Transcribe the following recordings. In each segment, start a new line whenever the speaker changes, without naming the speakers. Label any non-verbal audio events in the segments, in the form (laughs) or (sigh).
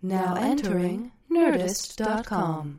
Now entering Nerdist.com.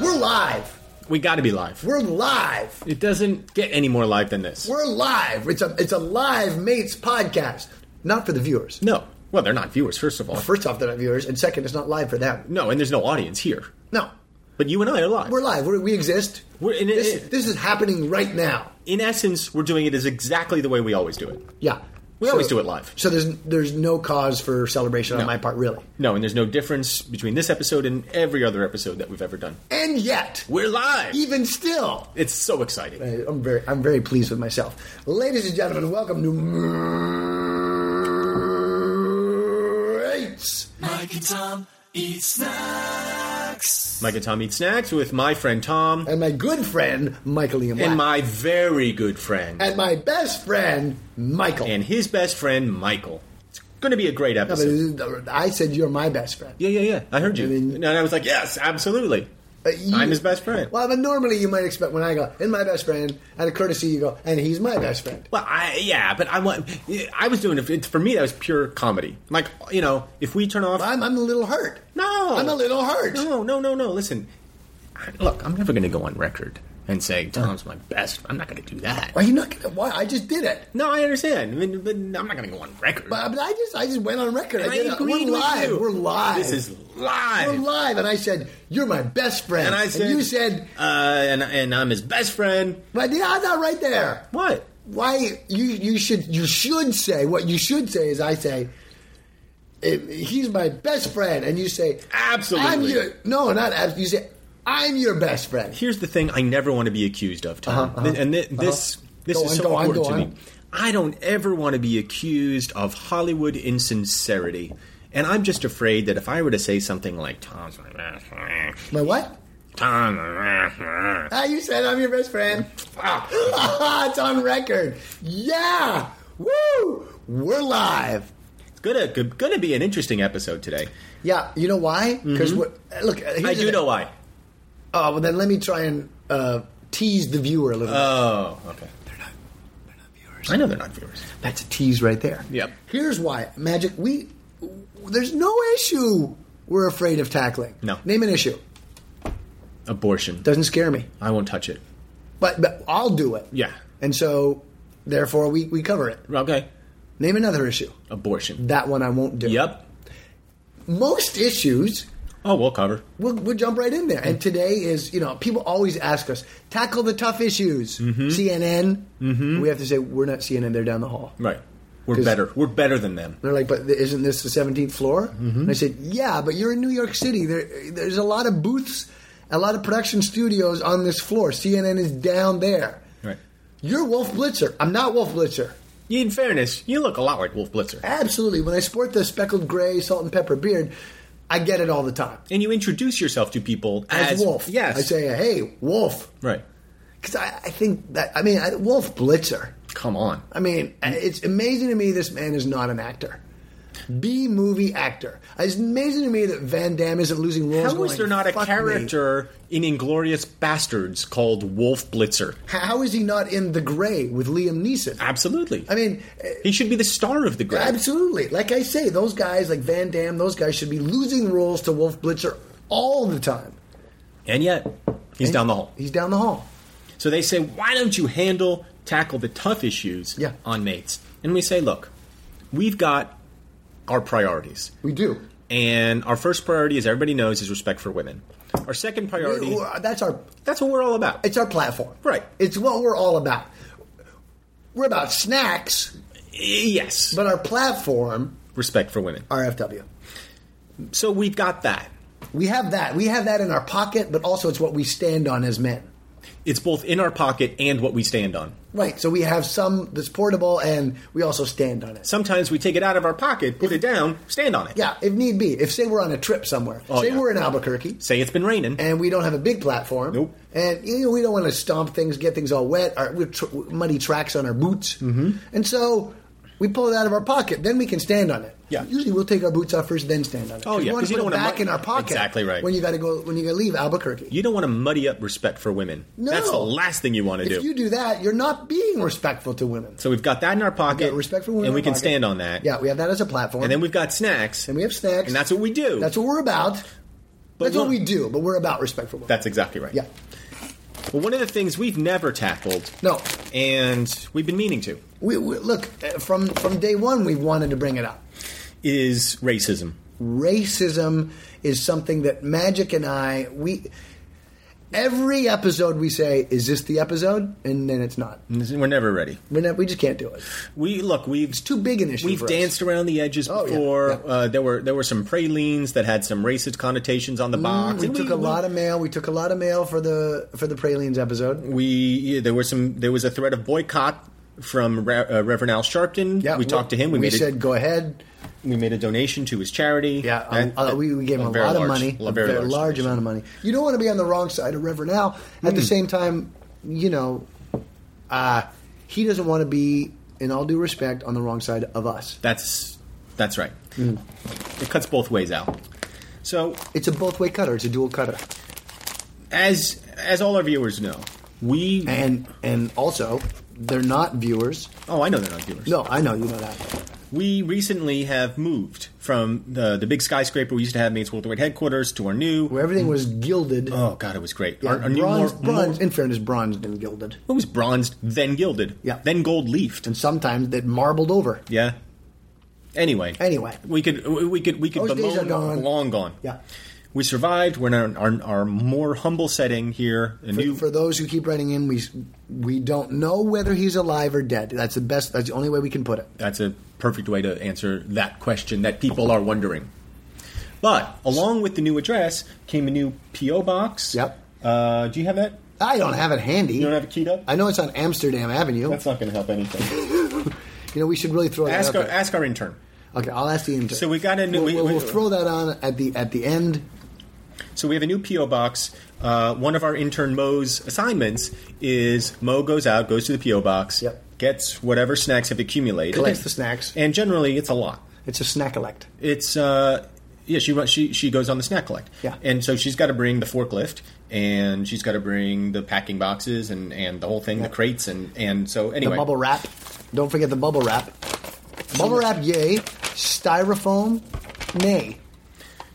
We're live.
We got to be live.
We're live.
It doesn't get any more live than this.
We're live. It's a it's a live mates podcast. Not for the viewers.
No. Well, they're not viewers, first of all.
First off, they're not viewers, and second, it's not live for them.
No, and there's no audience here.
No,
But you and I are live.
we're live. We're, we exist.
We're- and it-
this,
it-
this is happening right now.
In essence, we're doing it as exactly the way we always do it.
Yeah,
We always do it live.
So there's there's no cause for celebration on
No.
my part, really.
No, and there's no difference between this episode and every other episode that we've ever done.
And yet,
We're live.
even still,
It's so exciting.
I'm very I'm very pleased with myself, ladies and gentlemen. Welcome to. Mates.
Mike and Tom eat snacks.
Mike and Tom eat snacks with my friend Tom
And my good friend Michael Liam Black.
and my very good friend
and my best friend Michael.
and his best friend Michael. It's going to be a great
No,
episode.
but it- I said you're my best friend.
yeah, yeah, yeah. I heard you.
I mean-
and I was like, yes, absolutely.
Uh, you-
I'm his best friend.
Well, but normally you might expect when I go, and my best friend, out of courtesy you go, and he's my best friend.
Well, I yeah, but I want. I was doing it for me. That was pure comedy. Like you know, if we turn off,
I'm, I'm a little hurt.
no,
I'm a little hurt.
No, no, no, no. Listen, I- look, I'm never going to go on record and say Tom's my best. I'm not going to do that.
Why you not? Gonna, why? I just did it.
No, I understand, I mean, but I'm not going to go on record.
But, but I just I just went on record. I,
I
did it.
agreed
We're
with
live.
you.
We're live.
This is live.
We're live. And I said you're my best friend.
And I said,
you said,
uh, and and I'm his best friend.
but yeah, I'm not right there.
What?
why you you should you should say what you should say is I say eh, he's my best friend and you say
Absolutely.
I'm your no not abs- you say I'm your best friend
Here's the thing: I never want to be accused of Tom,
Uh-huh, uh-huh,
and thi- this
uh-huh.
this
Go
is
on,
so
go on,
important
go
to
on.
me. I don't ever want to be accused of Hollywood insincerity, and I'm just afraid that if I were to say something like Tom's my best friend,
my what
Tom, my best friend,"
ah you said I'm your best friend (laughs) it's on record yeah woo we're live
it's gonna good- gonna be an interesting episode today.
yeah you know why because what eh, look eh, here's
Mm-hmm.
the
I do
thing.
know why.
oh well then let me try and uh, tease the viewer a little
Oh, okay.
bit
I know they're not viewers.
That's a tease right there.
Yep.
Here's why Magic. We there's no issue we're afraid of tackling.
No.
Name an issue.
Abortion.
Doesn't scare me.
I won't touch it.
But but I'll do it.
Yeah.
And so therefore we we cover it.
Okay.
Name another issue.
Abortion.
That one I won't do.
Yep.
Most issues.
Oh, we'll cover.
We'll, we'll jump right in there. And today is, you know, people always ask us, tackle the tough issues. CNN. Mm-hmm. We have to say, we're not CNN, they're down the hall.
Right. We're
'Cause-
better. We're better than them.
They're like, but isn't this the 17th floor?
Mm-hmm.
And I said, yeah, but you're in New York City. There, there's a lot of booths, a lot of production studios on this floor. CNN is down there.
Right.
You're Wolf Blitzer. I'm not Wolf Blitzer.
In fairness, you look a lot like Wolf Blitzer.
Absolutely. When I sport the speckled gray salt and pepper beard, I get it all the time.
And you introduce yourself to people as,
As, Wolf.
Yes.
I say, hey, Wolf.
Right.
Because I, I think that, I mean, I, Wolf Blitzer.
Come on.
I mean, it's amazing to me this man is not an actor. B movie actor. It's amazing to me that Van Damme isn't losing roles.
How is
going,
there not a
"Fuck me."
character in Inglorious Bastards called Wolf Blitzer?
How is he not in The Gray with Liam Neeson?
Absolutely.
I mean, eh,
he should be the star of the group.
absolutely. Like I say, those guys like Van Damme, those guys should be losing roles to Wolf Blitzer all the time.
And yet, he's down the hall.
He's down the hall.
So they say, why don't you handle, tackle the tough issues
Yeah.
on mates? And we say, look, we've got our priorities.
We do.
And our first priority, as everybody knows, is respect for women. Our second priority,
We- we- That's our.
that's what we're all about.
It's our platform.
Right.
It's what we're all about. We're about snacks.
Yes.
But our platform,
Respect for women.
RFW.
So we've got that.
We have that. We have that in our pocket, but also it's what we stand on as men.
It's both in our pocket and what we stand on.
Right. So we have some that's portable and we also stand on it.
Sometimes we take it out of our pocket, put it down, stand on it.
Yeah, if need be. If say we're on a trip somewhere,
Oh,
say
yeah.
we're in Albuquerque,
Say it's been raining.
and we don't have a big platform.
Nope.
And you know, we don't want to stomp things, get things all wet, or we tr- muddy tracks on our boots. Mm-hmm. And so we pull it out of our pocket. Then we can stand on it.
Yeah.
Usually we'll take our boots off first, then stand on it.
Oh, yeah,
We want
'cause
to
you
put
don't
it
wanna
back
mu-
in our pocket.
Exactly right.
When you got to go, when you got to leave Albuquerque.
you don't want to muddy up respect for women.
No.
That's the last thing you want to
if
do.
you do that, you're not being respectful to women.
so we've got that in our pocket.
We've got respect for women in
And we
our
can
pocket.
stand on that.
Yeah, we have that as a platform.
And then we've got snacks.
And we have snacks.
And that's what we do.
That's what we're about.
But
that's what
look-
we do. But we're about respect for women.
That's exactly right.
yeah.
Well, one of the things we've never tackled.
No.
And we've been meaning to
We, we look uh, from from day one. We've wanted to bring it up.
is racism.
racism is something that magic and i we every episode we say is this the episode and then it's not
We're never ready.
We're not- we just can't do it
We look. We've
too big an issue
We've
for us.
danced around the edges
Oh, yeah,
before.
yeah.
Uh, there were there were some pralines that had some racist connotations on the box.
Mm, we
and
took a lot of mail we took a lot of mail for the for the pralines episode
We yeah, there were some. There was a threat of boycott from Re- uh, Reverend Al Sharpton. we talked to him. We,
we
made
said
a,
go ahead
we made a donation to his charity.
yeah
That-
uh, we, we gave him a,
very
lot of
large-
money
a
a
very, large,
amount of money you don't want to be on the wrong side of reverend al at
Hmm.
the same time you know uh, he doesn't want to be in all due respect on the wrong side of us
That's that's right.
Mm.
It cuts both ways out. So
It's a both way cutter. It's a dual cutter.
as as all our viewers know, we
And and also, they're not viewers.
oh I know they're not viewers.
No, I know you know that.
We recently have moved from the the big skyscraper we used to have Mates Worldwide headquarters to our new
Where everything was gilded.
Oh God, it was great.
Yeah,
Our, our new
bronze,
more-
bronze,
more-
in fairness, bronzed and gilded.
it was bronzed, then gilded,
Yeah.
then gold leafed.
And sometimes that marbled over.
Yeah. Anyway,
Anyway.
we could we could we could
Those days
bemoan
are gone.
long gone.
Yeah.
we survived. We're in our, our, our more humble setting here. A new
For those who keep writing in, we we don't know whether he's alive or dead. That's the best. That's the only way we can put it.
that's a perfect way to answer that question that people are wondering. But along with the new address came a new PO box.
Yep.
Uh, do you have that?
I don't have it handy.
You don't have it keyed up.
I know it's on Amsterdam Avenue.
that's not going to help anything.
you know we should really throw that
(laughs) ask
out
our
there.
ask our intern.
okay, I'll ask the intern.
So we got a new-
We'll,
we-
we'll,
we-
we'll throw that on at the at the end.
So we have a new PO box. Uh, one of our intern Mo's assignments is Mo goes out, goes to the PO box,
Yep.
gets whatever snacks have accumulated,
Collects the snacks.
and generally it's a lot.
It's a snack elect.
It's uh, yeah, she run- she she goes on the snack collect,
Yeah.
and so she's got to bring the forklift, and she's got to bring the packing boxes and and the whole thing, the crates, and and so anyway,
The bubble wrap. Don't forget the bubble wrap. Bubble wrap, yay. Styrofoam, nay.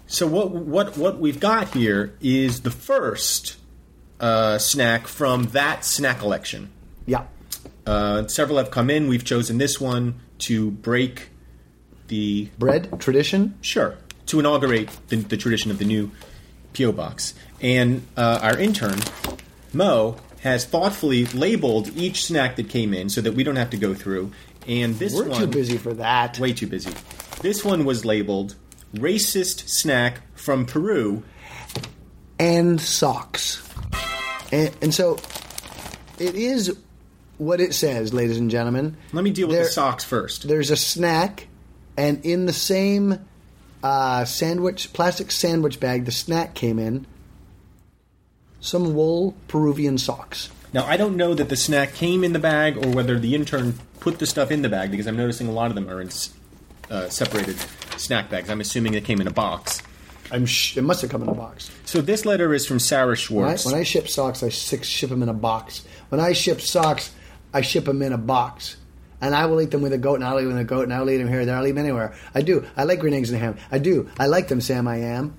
So what what what we've got here is the first uh, snack from that snack collection.
Yeah.
Uh, several have come in. We've chosen this one to break the
Bread, tradition.
sure to inaugurate the, the tradition of the new PO box. And uh, our intern Mo has thoughtfully labeled each snack that came in so that we don't have to go through. And this
We're
one
too busy for that.
way too busy. This one was labeled racist snack from Peru.
And socks. And, and so it is what it says, ladies and gentlemen.
Let me deal with the
There-
socks first.
There's a snack, and in the same uh, sandwich, plastic sandwich bag, the snack came in some wool Peruvian socks.
Now, I don't know that the snack came in the bag or whether the intern put the stuff in the bag because I'm noticing a lot of them are in s- uh, separated snack bags. I'm assuming it came in a box.
I'm sh- it must have come in a box.
So this letter is from Sarah
When I,
Schwartz.
when I ship socks, I six, ship them in a box. When I ship socks, I ship them in a box. And I will eat them with a goat, and I'll eat them with a goat, and I'll eat them here, there, I'll eat them anywhere. I do. I like green eggs and ham. I do. I like them, Sam. I am.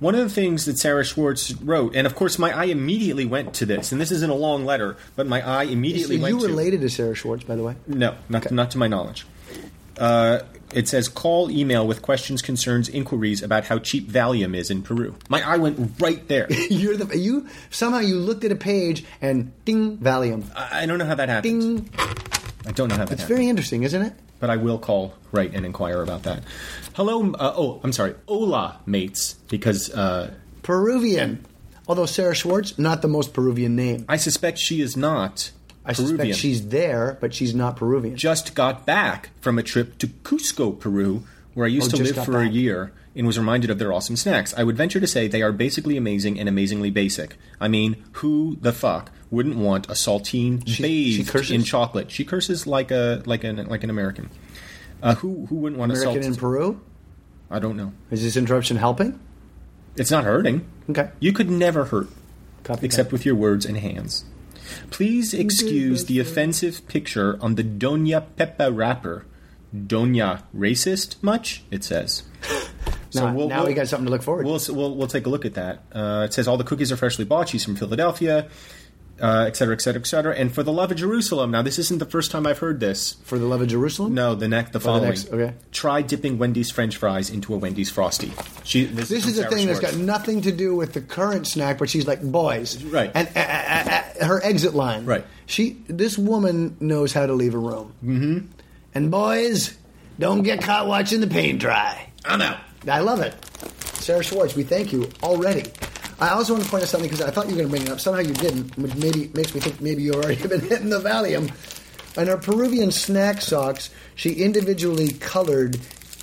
One of the things that Sarah Schwartz wrote, and of course my eye immediately went to this, and this isn't a long letter, but my eye
Is
immediately
you
went to
related to Sarah Schwartz, by the way? (laughs)
No, not, not to my knowledge. Uh, it says call, email with questions, concerns, inquiries about how cheap Valium is in Peru. My eye went right there.
You're the you somehow you looked at a page and ding Valium,
I I don't know how that
ding
happened. I don't know how that
It's
happened.
very interesting, isn't it?
but I will call right and inquire about that. Hello, uh, oh, I'm sorry, hola, mates, because uh,
Peruvian. Although Sarah Schwartz, not the most Peruvian name.
I suspect she is not
I
Peruvian.
suspect she's there, but she's not Peruvian.
just got back from a trip to Cusco, Peru, where I used
Oh,
to
just
live
got
for a
back.
year and was reminded of their awesome snacks. I would venture to say they are basically amazing and amazingly basic. I mean, who the fuck wouldn't want a saltine
She- she
bathed
curses?
in chocolate? She curses like a like an like an American. Uh, who who wouldn't want
American
a
in
saltine?
Peru?
I don't know.
Is this interruption helping?
It's not hurting.
Okay.
You could never hurt
Copy
except
that.
with your words and hands. Please excuse the offensive picture on the Doña Pepa wrapper. Doña racist much?
(laughs)
It says. So
now, now we got something to look forward to.
We'll, we'll, we'll take a look at that. Uh, it says all the cookies are freshly bought. She's from Philadelphia, uh, et cetera, et cetera, et cetera. And for the love of Jerusalem. Now, this isn't the first time I've heard this.
For the love of Jerusalem?
No, the next, the
Oh, the
following.
next- okay.
Try dipping Wendy's French fries into a Wendy's frosty. She. This,
This
from
is a
Sarah
thing that's
Schwartz.
got nothing to do with the current snack, but she's like, boys.
Right.
And uh, uh, uh, uh, her exit line.
Right.
She. This woman knows how to leave a room. Mm-hmm. And boys, don't get caught watching the paint dry.
I'm out.
I love it. Sarah Schwartz, we thank you already. I also want to point out something because I thought you were going to bring it up. Somehow you didn't, which maybe makes me think maybe you've already (laughs) been hitting the Valium. In her Peruvian snack socks, she individually colored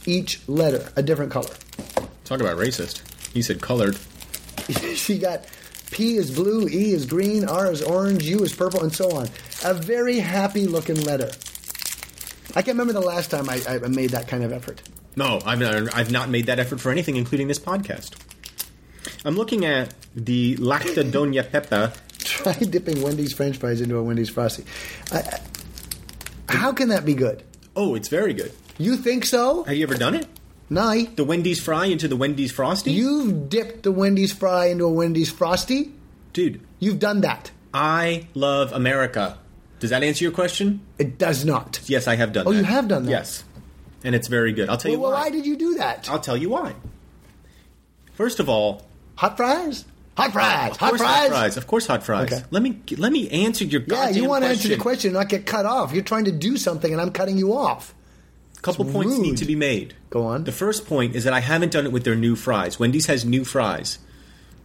each letter a different color.
Talk about racist. He said colored.
(laughs) she got P is blue, E is green, R is orange, U is purple, and so on. A very happy looking letter. I can't remember the last time I, I made that kind of effort. (laughs)
No, I've not, I've not made that effort for anything, including this podcast. I'm looking at the Lacta Doña Pepa.
Try dipping Wendy's French fries into a Wendy's frosty. I, I- how can that be good?
Oh, it's very good.
You think so?
Have you ever done it?
Nye,
The Wendy's fry into the Wendy's frosty?
you've dipped the Wendy's fry into a Wendy's frosty.
Dude,
You've done that.
I love America. Does that answer your question?
It does not.
Yes, I have done
Oh,
that.
you have done that?
Yes. And it's very good. I'll tell
Well,
you Uh, why.
why did you do that?
I'll tell you why. First of all,
Hot fries? Hot fries?
of
Hot
course
fries?
hot fries. Of course hot fries.
Okay.
Let me let me answer your
Yeah,
goddamn
you want to answer the
question.
question and not get cut off. You're trying to do something and I'm cutting you off.
couple
It's
points need
rude.
to be made.
Go on.
The first point is that I haven't done it with their new fries. Wendy's has new fries,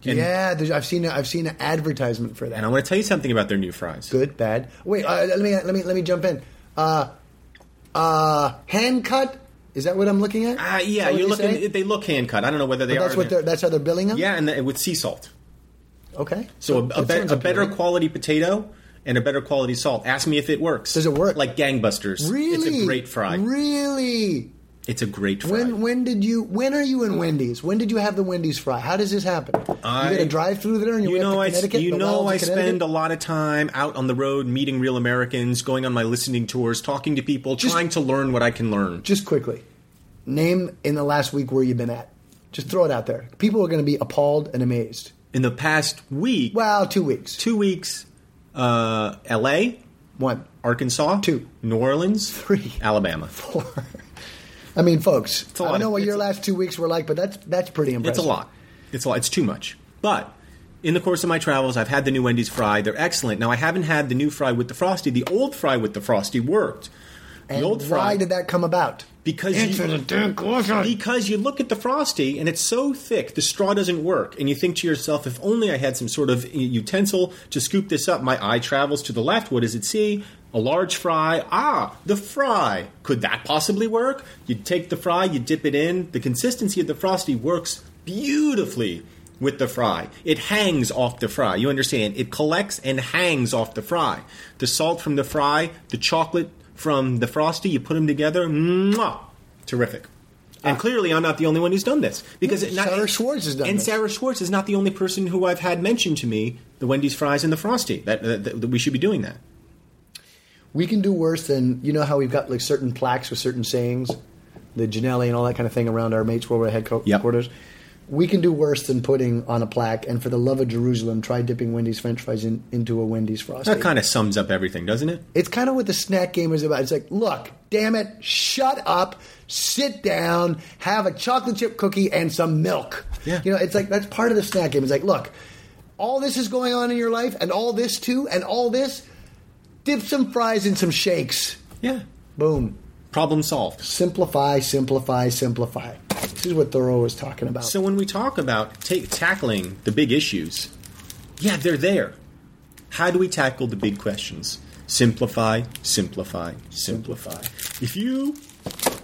And-
yeah, there's, I've seen a, I've seen an advertisement for that.
and I want to tell you something about their new fries.
Good, bad. Wait, uh, let me let me let me jump in. Uh, uh, hand cut. Is that what I'm looking at?
Ah,
Is
yeah,
that what
you're
they
looking.
say?
They look hand cut. I don't know whether they
But
are.
that's what they're. That's how they're billing them.
yeah, and the, with sea salt.
Okay.
So a, a,
that
be-
sounds
a better
appealing.
quality potato and a better quality salt. Ask me if it works.
Does it work?
Like gangbusters.
Really.
It's a great fry.
Really.
It's a great fry.
When when did you? When are you in Wendy's? When did you have the Wendy's fry? How does this happen?
I-
you get a drive through there, and you're
you know,
up
I,
to
s-
Connecticut.
you
the wilds
know
of
I spend
Connecticut?
a lot of time out on the road meeting real Americans, going on my listening tours, talking to people,
Just-
trying to learn what I can learn.
Just quickly, name in the last week where you've been at. Just throw it out there. People are going to be appalled and amazed.
In the past week,
Wow, two weeks.
two weeks, uh, L.A.,
One.
Arkansas,
Two.
New Orleans, three, Alabama.
I mean, folks,
a
I
lot
don't know
of-
what your
it's-
last two weeks were like, but that's that's pretty impressive.
It's a lot. It's a lot. It's too much. But in the course of my travels, I've had the new Wendy's fry. They're excellent. Now I haven't had the new fry with the frosty. The old fry with the frosty worked. The
And
old
why
fry
did that come about?
because you, because you look at the frosty and it's so thick the straw doesn't work and you think to yourself if only i had some sort of utensil to scoop this up my eye travels to the left what does it see a large fry ah the fry could that possibly work you take the fry you dip it in the consistency of the frosty works beautifully with the fry it hangs off the fry you understand it collects and hangs off the fry the salt from the fry the chocolate from the frosty you put them together mwah, terrific and clearly, I'm not the only one who's done this because it not,
Ah. Sarah Schwartz has done
and
this.
Sarah Schwartz is not the only person who I've had mentioned to me the Wendy's fries and the frosty that, that, that we should be doing that.
We can do worse than you know how we've got like certain plaques with certain sayings, the Janelli and all that kind of thing around our mates worldwide
Yep.
headquarters. We can do worse than putting on a plaque. And for the love of Jerusalem, try dipping Wendy's French fries in, into a Wendy's frosty.
That kind of sums up everything, doesn't it?
It's kind of what the snack game is about. It's like, look, damn it, shut up, sit down, have a chocolate chip cookie and some milk.
Yeah.
You know, it's like that's part of the snack game. It's like, look, all this is going on in your life, and all this too, and all this. Dip some fries in some shakes.
Yeah.
Boom.
Problem solved.
Simplify, simplify, simplify. This is what Thoreau was talking about.
So when we talk about ta tackling the big issues, yeah, they're there. How do we tackle the big questions? Simplify, simplify, simplify. If you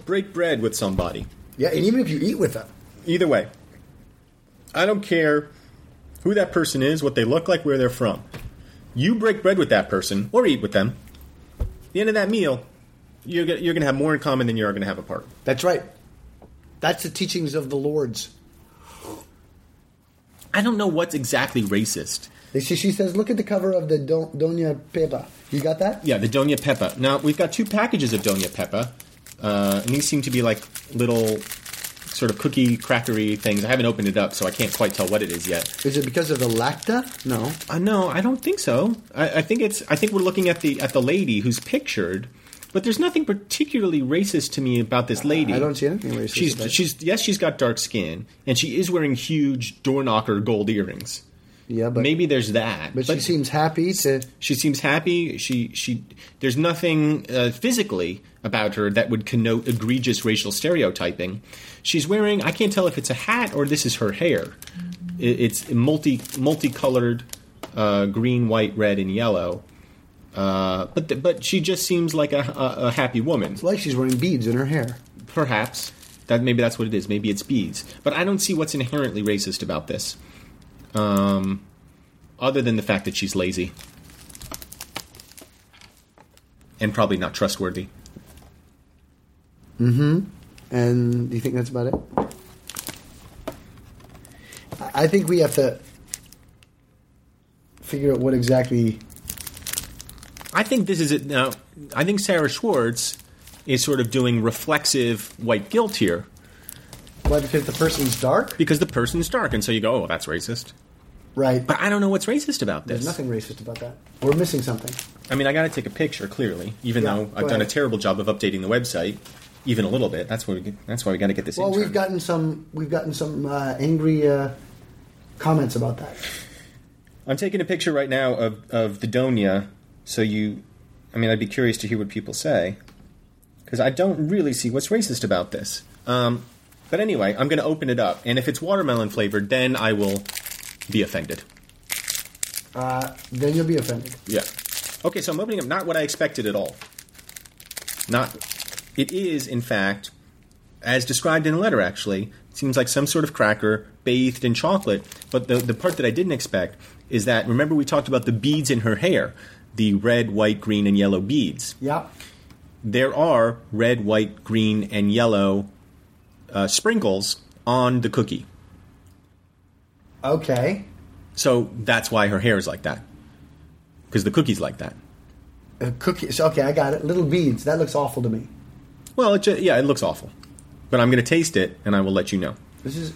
break bread with somebody,
yeah, and even if you eat with them,
either way, I don't care who that person is, what they look like, where they're from. You break bread with that person or eat with them. At the end of that meal, you're, go- you're going to have more in common than you are going to have apart.
that's right. That's the teachings of the Lords.
I don't know what's exactly racist.
They see, she says, look at the cover of the Don, Doña Pepa. You got that?
Yeah, the Doña Peppa. Now we've got two packages of Doña Peppa, uh, and these seem to be like little sort of cookie crackery things. I haven't opened it up, so I can't quite tell what it is yet.
Is it because of the lacta? No.
Uh, no, I don't think so. I, I think it's. I think we're looking at the at the lady who's pictured, but there's nothing particularly racist to me about this lady.
I don't see anything racist.
She's
about it.
she's yes, she's got dark skin, and she is wearing huge door knocker gold earrings.
yeah, but
Maybe there's that,
but, she seems happy to.
she seems happy. She she there's nothing uh, physically about her that would connote egregious racial stereotyping. She's wearing I can't tell if it's a hat or this is her hair. It, it's multi multicolored uh, green, white, red, and yellow. Uh, but th- but she just seems like a, a, a happy woman.
It's like she's wearing beads in her hair.
Perhaps that maybe that's what it is. Maybe it's bees. But I don't see what's inherently racist about this, um, other than the fact that she's lazy and probably not trustworthy.
And do you think that's about it? I- I think we have to figure out what exactly.
I think this is it now. I think Sarah Schwartz is sort of doing reflexive white guilt here
Why? Because the person's dark,
because the person's dark, and so you go, "Oh, that's racist."
right?
But I don't know what's racist about this.
There's nothing racist about that. We're missing something.
I mean, I got to take a picture, clearly, even
Yeah,
though
go
I've done a
ahead.
terrible job of updating the website, even a little bit. That's why we get, that's why we got to get this.
Well,
intern.
we've gotten some. We've gotten some uh, angry uh, comments about that.
I'm taking a picture right now of of the Donia, so you. I mean, I'd be curious to hear what people say, because I don't really see what's racist about this. Um, but anyway, I'm going to open it up, and if it's watermelon flavored, then I will be offended.
Then you'll be offended.
Yeah. Okay, so I'm opening up not what I expected at all. Not. It is, in fact, as described in a letter, actually. It seems like some sort of cracker bathed in chocolate. But the, the part that I didn't expect is that, remember, we talked about the beads in her hair the red, white, green, and yellow beads.
Yep.
There are red, white, green, and yellow uh, sprinkles on the cookie.
Okay.
So that's why her hair is like that. Because the cookie's like that.
Uh, cookies. Okay, I got it. Little beads. That looks awful to me.
Well, it ju- yeah, it looks awful, but I'm going to taste it and I will let you know.
This is.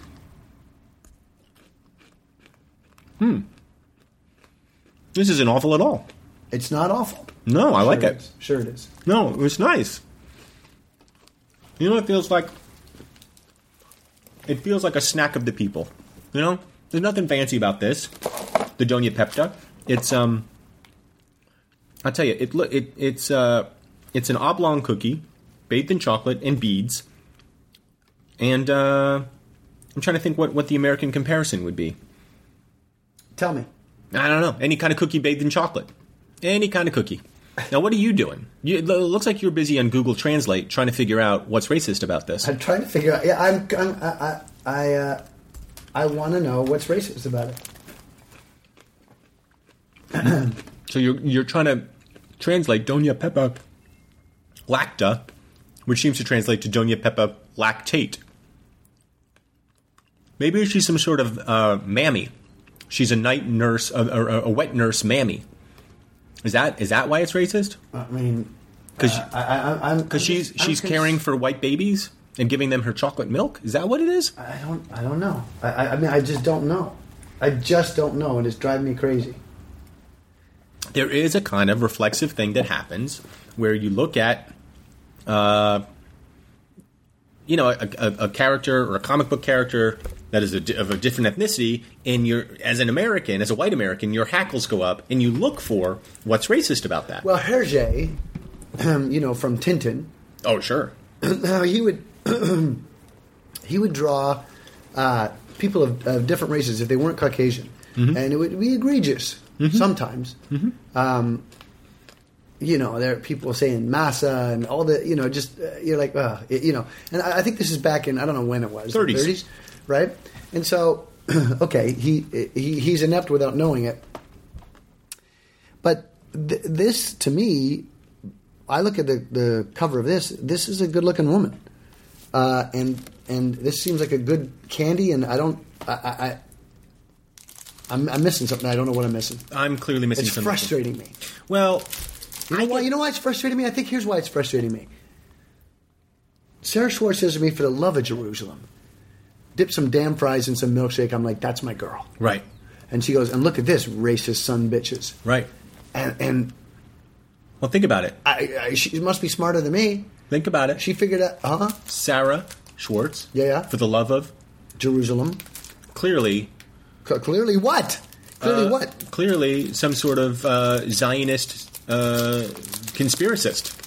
This isn't awful at all.
It's not awful.
No, I like
Sure
it.
is. Sure, it is.
No, it's nice. You know, it feels like it feels like a snack of the people. You know, there's nothing fancy about this. The Donia Pepta. It's um, I'll tell you, it look it it's uh, it's an oblong cookie bathed in chocolate and beads. And uh, I'm trying to think what what the American comparison would be.
Tell me.
I don't know. Any kind of cookie bathed in chocolate. Any kind of cookie. Now, what are you doing? You, it lo- looks like you're busy on Google Translate trying to figure out what's racist about this.
I'm trying to figure out. Yeah, I'm. I'm I. I. I, uh, I want to know what's racist about it.
So you're you're trying to translate Doña Peppa lacta, which seems to translate to Doña Peppa lactate. Maybe she's some sort of uh, mammy. She's a night nurse, a, a, a wet nurse mammy. Is that is that why it's racist?
I mean,
Because
I, I, I'm
Because she's
I'm
she's
cons-
caring for white babies and giving them her chocolate milk. Is that what it is?
I don't. I don't know. I, I, I mean, I just don't know. I just don't know, and it's driving me crazy.
There is a kind of reflexive thing that happens where you look at, uh, you know, a, a, a character or a comic book character that is a, di- of a different ethnicity, and you're as an American, as a white American, your hackles go up, and you look for what's racist about that.
Well, Hergé (clears throat) you know, from Tintin.
Oh, sure.
(clears throat) Now he would he would draw uh, people of, of different races if they weren't Caucasian, and it would be egregious sometimes. Um, you know, there are people saying massa and all the you know, just uh, you're like, uh, you know, and I, I think this is back in I don't know when it was
30s.
30s, right? And so, (clears throat) okay, he, he he's inept without knowing it. But th- this, to me, I look at the, the cover of this. This is a good looking woman, uh, and and this seems like a good candy. And I don't, I, I, I I'm, I'm missing something. I don't know what I'm missing.
I'm clearly missing
It's
something.
frustrating me.
Well,
You know, why, you know why it's frustrating me? I think here's why it's frustrating me. Sarah Schwartz says to me, "For the love of Jerusalem, dip some damn fries in some milkshake." I'm like, "That's my girl."
right,
And she goes, "And look at this racist son bitches."
right.
And and
Well, think about it.
I, I she must be smarter than me.
Think about it.
She figured out, uh-huh. huh?
Sarah Schwartz.
Yeah, yeah.
For the love of,
Jerusalem.
clearly,
C- clearly what? Clearly
uh,
what?
Clearly, some sort of uh, Zionist uh, conspiracist.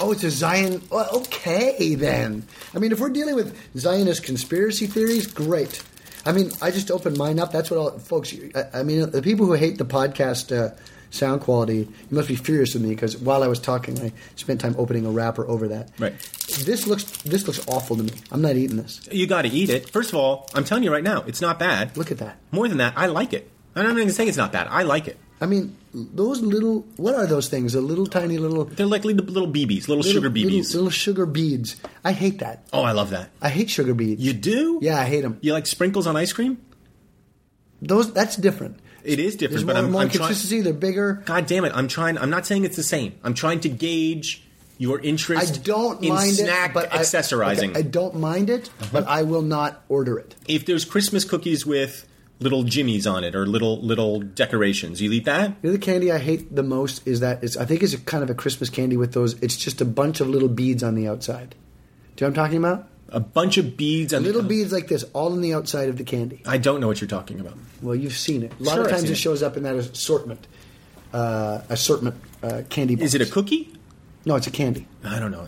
Oh, it's a Zion. Well, okay, then. I mean, if we're dealing with Zionist conspiracy theories, great. I mean, I just opened mine up. That's what all folks. I, I mean, the people who hate the podcast uh, sound quality, you must be furious with me because while I was talking, I spent time opening a wrapper over that.
Right.
This looks this looks awful to me. I'm not eating this.
You got to eat it. First of all, I'm telling you right now, it's not bad.
Look at that.
More than that, I like it. I'm not even gonna say it's not bad. I like it.
I mean, those little. What are those things? The little tiny little.
They're like little, little BBs, little,
little-
sugar BBs.
Little, little sugar beads. I hate that.
oh, I love that.
I hate sugar beads.
You do?
Yeah, I hate them.
You like sprinkles on ice cream?
Those that's different.
It is different,
There's
but
more,
I'm,
more
I'm trying.
consistency. They're bigger.
God damn it! I'm trying. I'm not saying it's the same. I'm trying to gauge your
I
interest.
don't
in
mind
snack
it, but
accessorizing. Uh-huh.
I, okay, I don't mind it, but I will not order it.
if there's Christmas cookies with little jimmies on it or little little decorations, you eat that?
The other candy I hate the most is that it's. I think it's a kind of a Christmas candy with those. It's just a bunch of little beads on the outside. Do you know what I'm talking about?
A bunch of beads and
Little beads like this, all on the outside of the candy.
I don't know what you're talking about.
Well, you've seen it. A lot
Sure,
of
I've
times
seen
it
it.
shows up in that assortment, uh, assortment uh, candy. Box.
Is it a cookie?
No, it's a candy.
I don't know.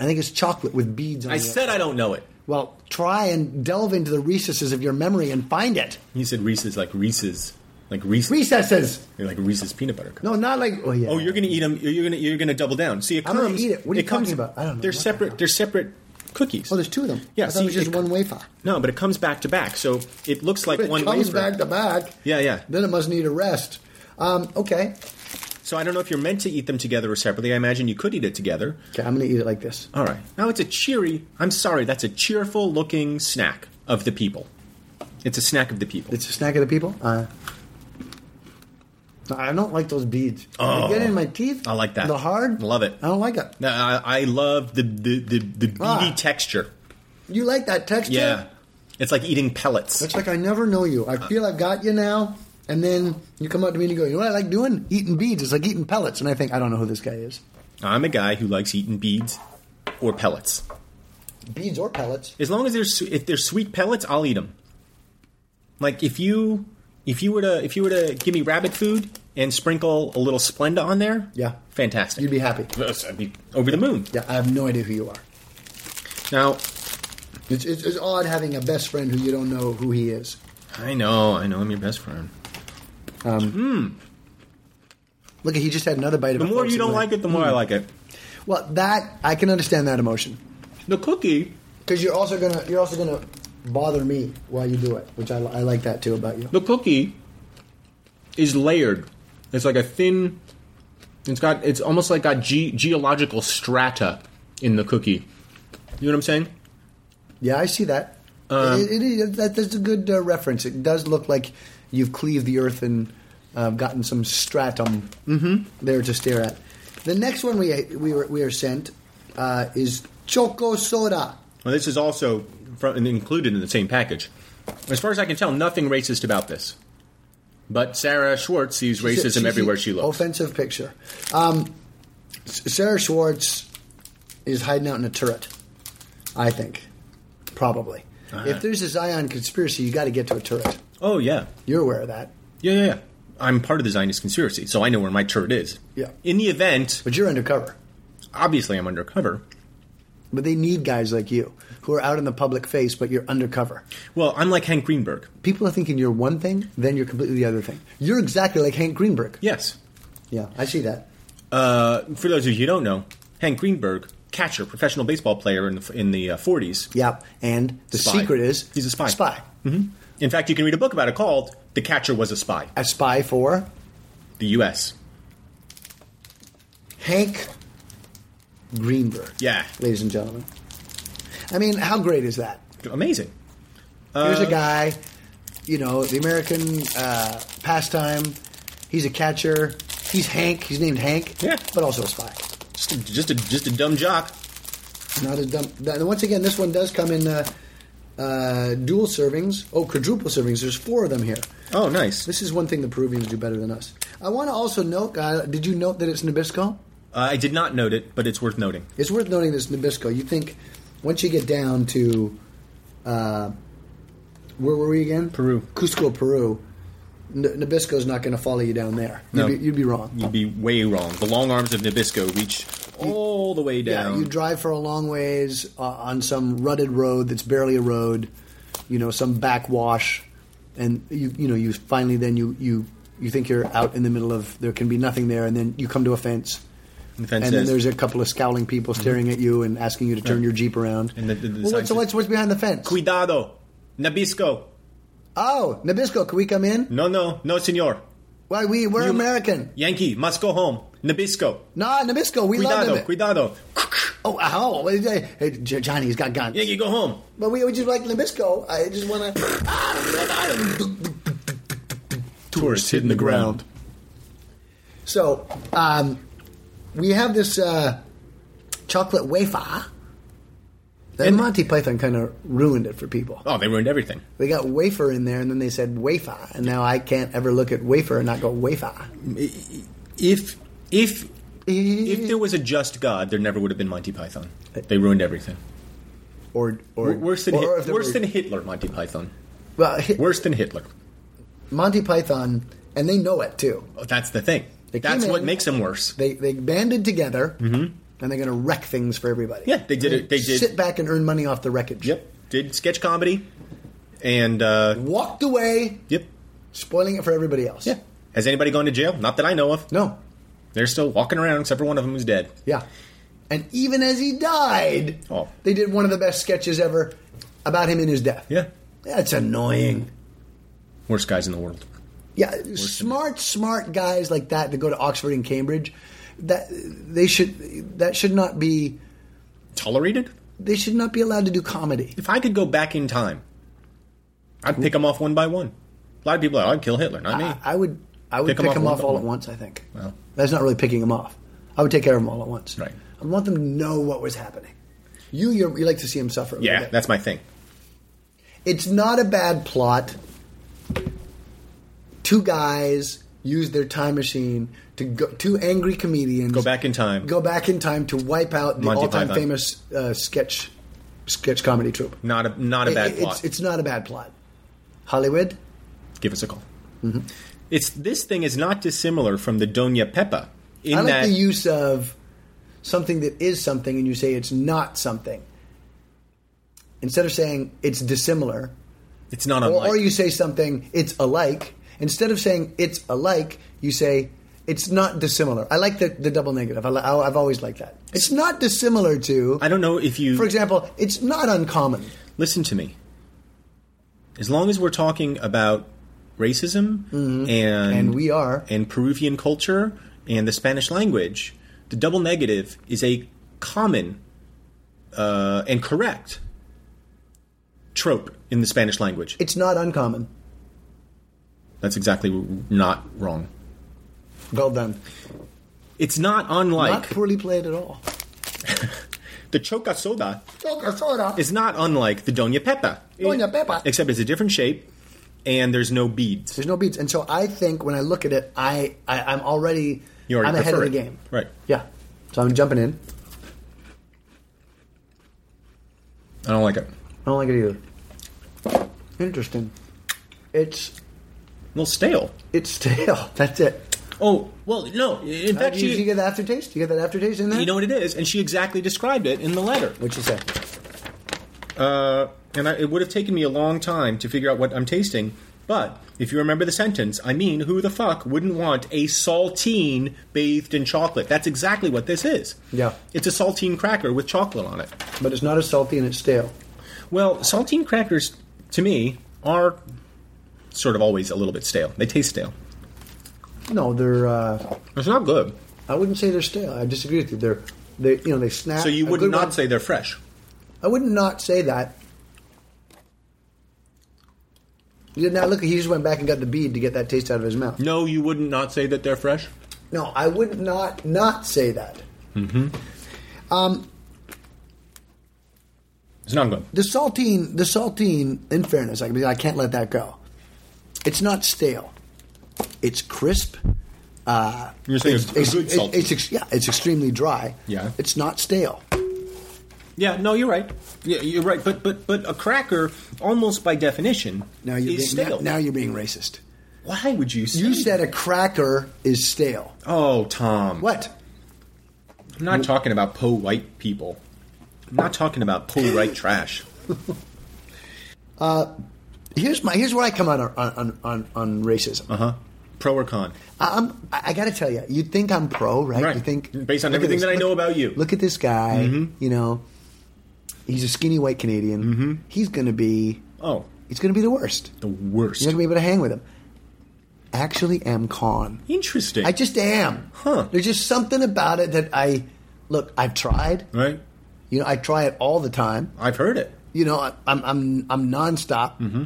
I think it's chocolate with beads on
I
the
said I don't know it.
Well, try and delve into the recesses of your memory and find it.
You said Reese's like Reese's, like Reese's,
Recesses.
You're like Reese's peanut butter. cup.
No, not like. Oh yeah.
Oh, you're gonna eat them. You're gonna you're gonna double down. See, it
I'm
comes.
gonna eat it. What are you
comes,
talking about? I don't know.
They're
What the
separate.
hell?
They're separate cookies.
Oh, there's two of them.
Yeah,
I thought
see,
it was just
it-
one wafer.
No, but it comes back to back. So it looks like
If it
one
comes
wafer.
back to back.
Yeah, yeah.
Then it must need a rest. Um, okay.
So I don't know if you're meant to eat them together or separately. I imagine you could eat it together.
Okay, I'm gonna eat it like this.
All right. Now it's a cheery. I'm sorry. That's a cheerful looking snack of the people. It's a snack of the people.
It's a snack of the people. Uh, I don't like those beads.
Oh.
they get in my teeth.
I like that.
The hard.
Love it.
I don't like it.
No, I, I love the the the, the beady
Ah.
texture.
You like that texture?
Yeah. It's like eating pellets.
It's like I never know you. I feel I've got you now. And then you come up to me and you go, you know what I like doing? Eating beads. It's like eating pellets. And I think, I don't know who this guy is.
I'm a guy who likes eating beads or pellets.
Beads or pellets.
As long as they're su- if they're sweet pellets, I'll eat them. Like if you if you were to if you were to give me rabbit food and sprinkle a little Splenda on there,
Yeah.
fantastic.
You'd be happy.
Yes, I'd be over the moon.
Yeah, I have no idea who you are.
Now,
It's, it's, it's odd having a best friend who you don't know who he is.
I know, I know, I'm your best friend.
Look, he just had another bite of
The more you don't like it, the more I like it.
Well, that, I can understand that emotion.
The cookie,
Because you're also going to, you're also going to bother me while you do it, which I, I like that too about you.
the cookie, is layered. It's like a thin. It's got. It's almost like got ge- geological strata in the cookie. You know what I'm saying?
Yeah, I see that.
Um,
it, it, is- that that's a good uh, reference. It does look like you've cleaved the earth and uh, gotten some stratum
Mm-hmm.
there to stare at. The next one we we were, we are sent uh, is choco soda.
Well, this is also from, included in the same package. As far as I can tell, nothing racist about this. But Sarah Schwartz sees racism
She's a-
everywhere she looks.
Offensive picture. Um, S- Sarah Schwartz is hiding out in a turret. I think, probably.
Uh-huh.
If there's a Zion conspiracy, you got to get to a turret.
Oh yeah,
You're aware of that,
yeah, yeah. yeah. I'm part of the Zionist conspiracy, so I know where my turret is.
Yeah.
In the event,
but you're undercover.
obviously I'm undercover.
But they need guys like you who are out in the public face, but you're undercover.
Well, I'm like Hank Greenberg.
People are thinking you're one thing, then you're completely the other thing. You're exactly like Hank Greenberg.
Yes.
Yeah, I see that.
Uh, for those of you who don't know, Hank Greenberg, catcher, professional baseball player in the in the uh, 40s.
Yeah, and the
Spy.
secret is
He's a spy.
Spy.
Mm-hmm. In fact, you can read a book about it called "The Catcher Was a Spy."
A spy for
The U.S.
Hank Greenberg.
Yeah.
ladies and gentlemen. I mean, how great is that?
Amazing.
Here's
Uh,
a guy, you know, the American uh, pastime. He's a catcher. He's Hank. He's named Hank.
Yeah.
but also a spy.
Just a, just a just a dumb jock.
Not a dump. that- Once again, this one does come in uh, uh, dual servings. Oh, quadruple servings. There's four of them here.
Oh, nice.
This is one thing the Peruvians do better than us. I want to also note, uh, did you note that it's Nabisco?
Uh, I did not note it, but it's worth noting.
It's worth noting this Nabisco. You think once you get down to uh, where were we again?
Peru.
Cusco, Peru. N- Nabisco's not going to follow you down there.
No.
You'd, be, you'd be wrong.
You'd be way wrong. The long arms of Nabisco reach all the way down.
Yeah, you drive for a long ways uh, on some rutted road that's barely a road, you know, some backwash, and you you know you finally then you you you think you're out in the middle of there can be nothing there, and then you come to a fence,
the fence
and then
says-
there's a couple of scowling people staring at you and asking you to turn your jeep around.
And the- the- the
well,
sign
what's, so
says-
what's what's behind the fence?
Cuidado, Nabisco.
oh, Nabisco, can we come in?
No, no, no, senor.
Why we we're
You-
American?
Yankee, must go home. Nabisco.
Nah, Nabisco, we
Cuidado,
love them.
cuidado.
Oh, ow. Hey, Johnny, he's got guns.
Yankee, go home.
But we, we just like Nabisco. I just
(laughs)
want to.
Tourists hidden the ground.
So um, we have this uh, chocolate wafer. Then
And-
Monty Python kind of ruined it for people.
Oh, they ruined everything.
They got wafer in there, and then they said wafer, and now I can't ever look at wafer and not go wafer.
If if if there was a just God, there never would have been Monty Python. They ruined everything.
Or or
W- Worse than
or
Hit-
if there
worse
were-
than Hitler, Monty Python.
well, Hit-
Worse than Hitler.
Monty Python, and they know it too.
Oh, That's the thing.
They came
That's what
in-
makes them worse.
They they banded together, and they're going to wreck things for everybody.
Mm-hmm. Yeah, they did it. They did.
Sit back and earn money off the wreckage.
Yep. Did sketch comedy, and uh,
Walked away,
yep.
spoiling it for everybody else.
Yeah. Has anybody gone to jail? Not that I know of.
No.
They're still walking around, except for one of them who's dead.
Yeah. And even as he died,
Oh.
they did one of the best sketches ever about him and his death.
Yeah.
That's annoying.
Worst guys in the world.
Yeah, smart, smart guys like that that go to Oxford and Cambridge, that they should that should not be
Tolerated?
they should not be allowed to do comedy.
If I could go back in time, I'd pick them off one by one. A lot of people are, "Oh, I'd kill Hitler, not me.
I, I would I would
Pick
pick,
'em off
them
one
off
by
all
one.
at once. I think
Well.
that's not really picking them off. I would take care of them all at once.
Right.
I want them to know what was happening. You you're, you like to see them suffer. a little
yeah,
bit.
that's my thing.
It's not a bad plot. Two guys use their time machine to go. Two angry comedians
Go back in time.
Go back in time to wipe out the
Monty
all-time
Python.
famous uh, sketch sketch comedy troupe.
Not a not a
It-
bad
it-
plot.
It's, it's not a bad plot. Hollywood.
Give us a call.
Mm-hmm.
It's this thing is not dissimilar from the Doña Peppa in
I like
that
the use of something that is something, and you say it's not something. Instead of saying it's dissimilar,
it's not
or,
unlike.
or you say something it's alike instead of saying it's alike you say it's not dissimilar i like the, the double negative I, li- I, i've always liked that it's not dissimilar to
I don't know if you
for example it's not uncommon
listen to me. As long as we're talking about racism and
Mm-hmm. and we are
and Peruvian culture and the Spanish language, the double negative is a common uh, and correct trope in the Spanish language.
it's not uncommon
That's exactly not wrong.
well done
It's not
not
unlike
poorly played at all
the choca soda
Soda, soda.
is not unlike the doña pepa.
Doña Pepa.
Except it's a different shape and there's no beads.
there's no beats and so i think when i look at it i, I i'm already
You already
i'm ahead of
prefer
the
it.
game
Right.
yeah so i'm jumping in
I don't like it.
i don't like it either interesting it's
A little stale.
it's (laughs) stale that's it
Oh well, no. In
Uh,
fact,
you, you
she.
get the aftertaste. You get that aftertaste in there.
You know what it is, and she exactly described it in the letter.
what you say?
Uh, and I, it would have taken me a long time to figure out what I'm tasting. But if you remember the sentence, I mean, who the fuck wouldn't want a saltine bathed in chocolate? That's exactly what this is.
Yeah.
It's a saltine cracker with chocolate on it.
But it's not as salty and it's stale.
Well, saltine crackers, to me, are sort of always a little bit stale. They taste stale.
No, they're. Uh,
It's not good.
I wouldn't say they're stale. I disagree with you. They're. They, you know, they snap.
So you
A
would
good
not
one-
say they're fresh.
I would not say that. Yeah, Now look, he just went back and got the bead to get that taste out of his mouth.
No, you wouldn't not say that they're fresh.
No, I would not not say that.
It's not good.
The saltine, the saltine. In fairness, I, I can't let that go. It's not stale. It's crisp. Uh,
You're saying
it's,
it's, a good
it's-
saltine.
it's ex- yeah, it's extremely dry.
Yeah.
it's not stale.
yeah, no, you're right. Yeah, you're right. But but but a cracker, almost by definition,
Now you're
is
being, now,
stale.
now you're being racist.
Why would you say
You said
that?
a cracker is stale.
Oh, Tom.
What?
I'm not talking about po white people. I'm not talking about po
(laughs)
white trash.
Here's my here's where I come out on on on, on racism.
Uh huh. Pro or con?
I- I'm, I I gotta tell you, you think I'm pro, right?
Right.
You think
Based on
look at
everything
this,
that I
look-
know about you. Mm-hmm.
Look at this guy. You know, he's a skinny white Canadian. Mm-hmm. He's gonna be
Oh,
he's gonna be the worst.
the worst.
You're not gonna be able to hang with him. Actually, am con.
Interesting.
I just am.
Huh.
There's just something about it that I look. I've tried.
right.
You know, I try it all the time.
I've heard it.
You know, I, I'm I'm I'm nonstop.
Mm-hmm.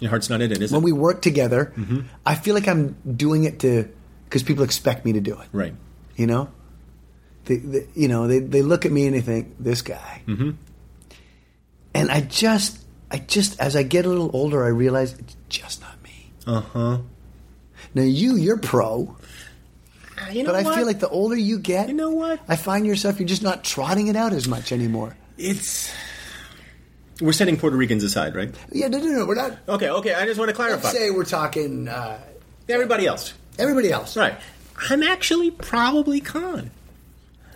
Your heart's not in it, is
When
it?
we work together,
Mm-hmm.
I feel like I'm doing it to because people expect me to do it.
right.
You know, they, they you know they, they look at me and they think this guy. Mm-hmm. And I just I just as I get a little older, I realize it's just not me.
Uh huh.
Now you you're pro,
Ah, You know
but I
what?
feel like the older you get,
You know what?
I find yourself you're just not trotting it out as much anymore.
it's. We're setting Puerto Ricans aside, right?
Yeah, no, no, no, we're not.
Okay, okay. I just want to clarify.
Let's say we're talking uh,
Everybody else,
everybody else.
right? I'm actually probably con.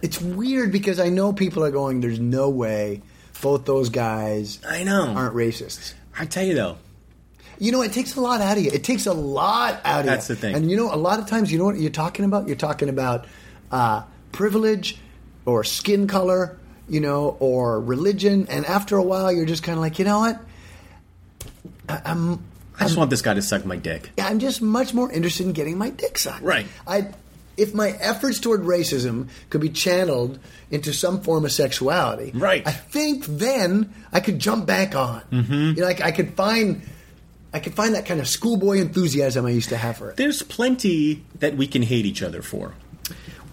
It's weird because I know people are going. There's no way both those guys
I know.
aren't racists.
I tell you though,
You know, it takes a lot out of you. It takes a lot out of you.
That's the thing.
And you know, a lot of times, you know what you're talking about? You're talking about uh, privilege or skin color, you know, or religion. And after a while, you're just kind of like, you know what?
I just want this guy to suck my dick.
I'm just much more interested in getting my dick sucked.
Right.
I, if my efforts toward racism could be channeled into some form of sexuality,
Right.
I think then I could jump back on. Mm-hmm. You know, I, I could find, I could find that kind of schoolboy enthusiasm I used to have for it.
There's plenty that we can hate each other for.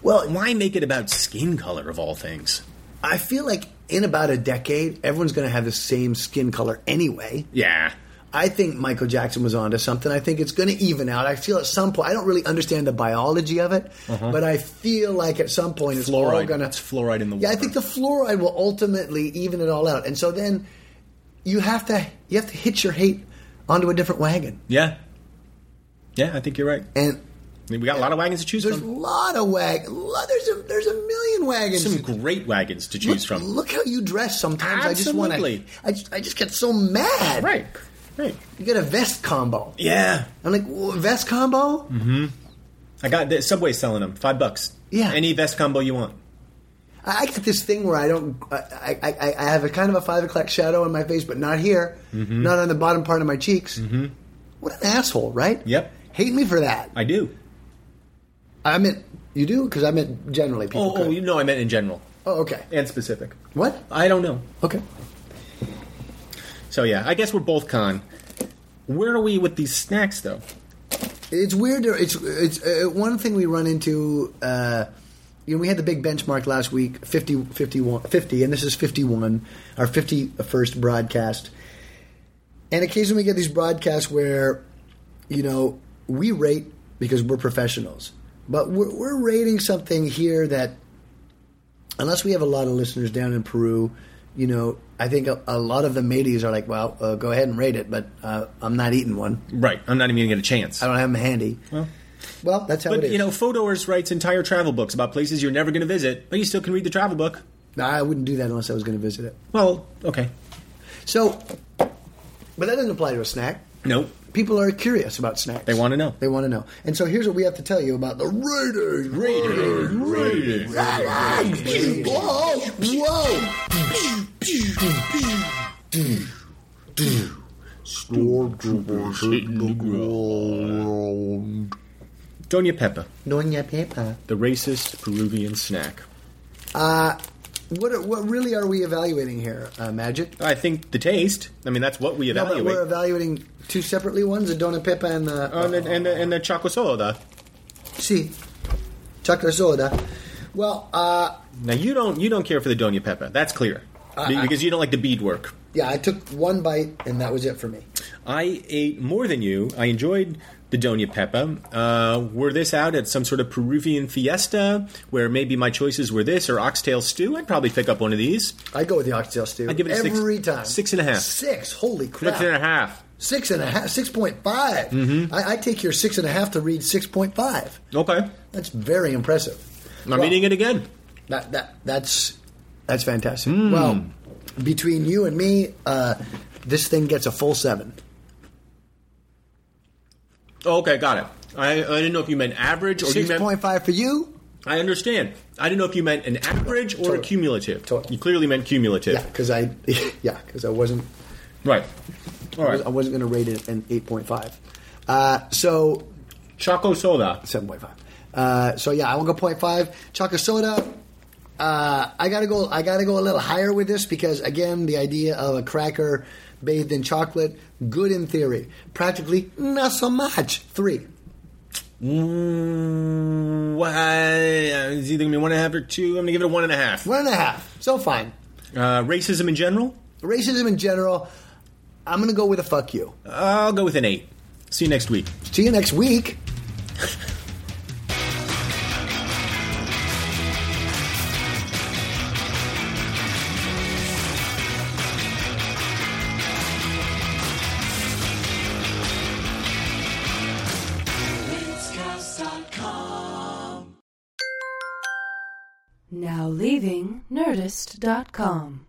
Well,
Why make it about skin color of all things?
I feel like in about a decade, everyone's going to have the same skin color anyway.
Yeah.
I think Michael Jackson was onto something. I think it's going to even out. I feel at some point, I don't really understand the biology of it, but I feel like at some point it's all
Uh-huh. Fluoride.
going to.
That's fluoride in the
Yeah, I
water.
think the fluoride will ultimately even it all out, and so then you have to you have to hitch your hate onto a different wagon.
Yeah. Yeah, I think you're right.
And
I mean, we got a lot of wagons to choose
there's a
from.
lot of wag. lo- There's a there's a million wagons.
Some great wagons to
look,
choose from.
look how you dress sometimes. I just
Absolutely.
want to. I just, I just get so mad.
Right. Right.
You get a vest combo.
Yeah.
I'm like, "Whoa, vest combo?
Mm-hmm. I got the Subway's selling them. Five bucks.
Yeah.
Any vest combo you want.
I, I get this thing where I don't. I, I, I- I have a kind of a five o'clock shadow on my face, but not here,
Mm-hmm.
not on the bottom part of my cheeks. Mm-hmm. What an asshole, right?
Yep.
Hate me for that.
I do.
I meant you do because I meant generally people.
Oh, oh,
could.
you know I meant in general
oh, okay.
and specific.
What?
I don't know.
Okay.
So yeah, I guess we're both con. Where are we with these snacks though?
It's weird. to- It's it's uh, one thing we run into. Uh, you know, we had the big benchmark last week, 50, 51, 50, and this is 51, our 51st broadcast. And occasionally we get these broadcasts where, you know, we rate because we're professionals. But we're, we're rating something here that, unless we have a lot of listeners down in Peru, you know, I think a, a lot of the mateys are like, well, uh, go ahead and rate it, but uh, I'm not eating one.
Right. I'm not even gonna get a chance.
I don't have them handy.
Well,
Well, that's how it
But
is.
you know, Photoers writes entire travel books about places you're never going to visit, but you still can read the travel book.
Nah, I wouldn't do that unless I was going to visit it.
Well, okay,
So, but that doesn't apply to a snack.
nope.
People are curious about snacks.
They want to know.
They want to know. And so here's what we have to tell you about the Raiders.
Raiders, Raiders.
Raiders. Whoa, whoa.
Stormtroopers hitting the ground.
Doña Pepa,
Doña Pepa.
the racist Peruvian snack.
What, are- what really are we evaluating here, uh, Magic?
I think the taste. I mean, that's what we
No, but
evaluate.
we're evaluating two separately ones, the Dona Pepa and the...
Oh, and the, and the, and the Choco Soda.
Si. Chocolate soda. Well, uh,
Now you don't you don't care for the Doña Pepa. That's clear Be- because you don't like the beadwork.
yeah, I took one bite and that was it for me.
I ate more than you. I enjoyed the Doña Pepa. Uh, were this out at some sort of Peruvian fiesta where maybe my choices were this or oxtail stew, I'd probably pick up one of these.
I go with the oxtail stew.
I give it a six-
every time.
six and a half.
Six. Holy crap.
Six and a half.
Six and a half. Six point five. Mm-hmm. I, I take your six and a half to read six point five.
Okay. I'm
That's very impressive.
eating it again.
That that that's that's fantastic.
Mm.
Well, between you and me, uh, this thing gets a full seven.
Oh, okay, got it. I, I didn't know if you meant average or
Six
you meant.
point five for you.
I understand. I didn't know if you meant an average or a
Total.
cumulative.
Total.
You clearly meant cumulative.
Yeah, because I (laughs) yeah because I wasn't
Right. All
I was-
right.
I wasn't going to rate it an eight point five. Uh, so
Choco soda.
seven point five. Uh, so yeah, I won't go point five. Chocolate soda. Uh, I gotta go. I gotta go a little higher with this because again, the idea of a cracker bathed in chocolate, good in theory, practically not so much. Three.
Mm, why- It's either going to be one and a half or two. I'm going to give it a one and a half.
One and a half. So fine.
Uh, racism in general,
Racism in general. I'm gonna go with a fuck you.
Uh, I'll go with an eight. See you next week.
See you next week.
Blitzcast.com.
Now leaving Nerdist.com.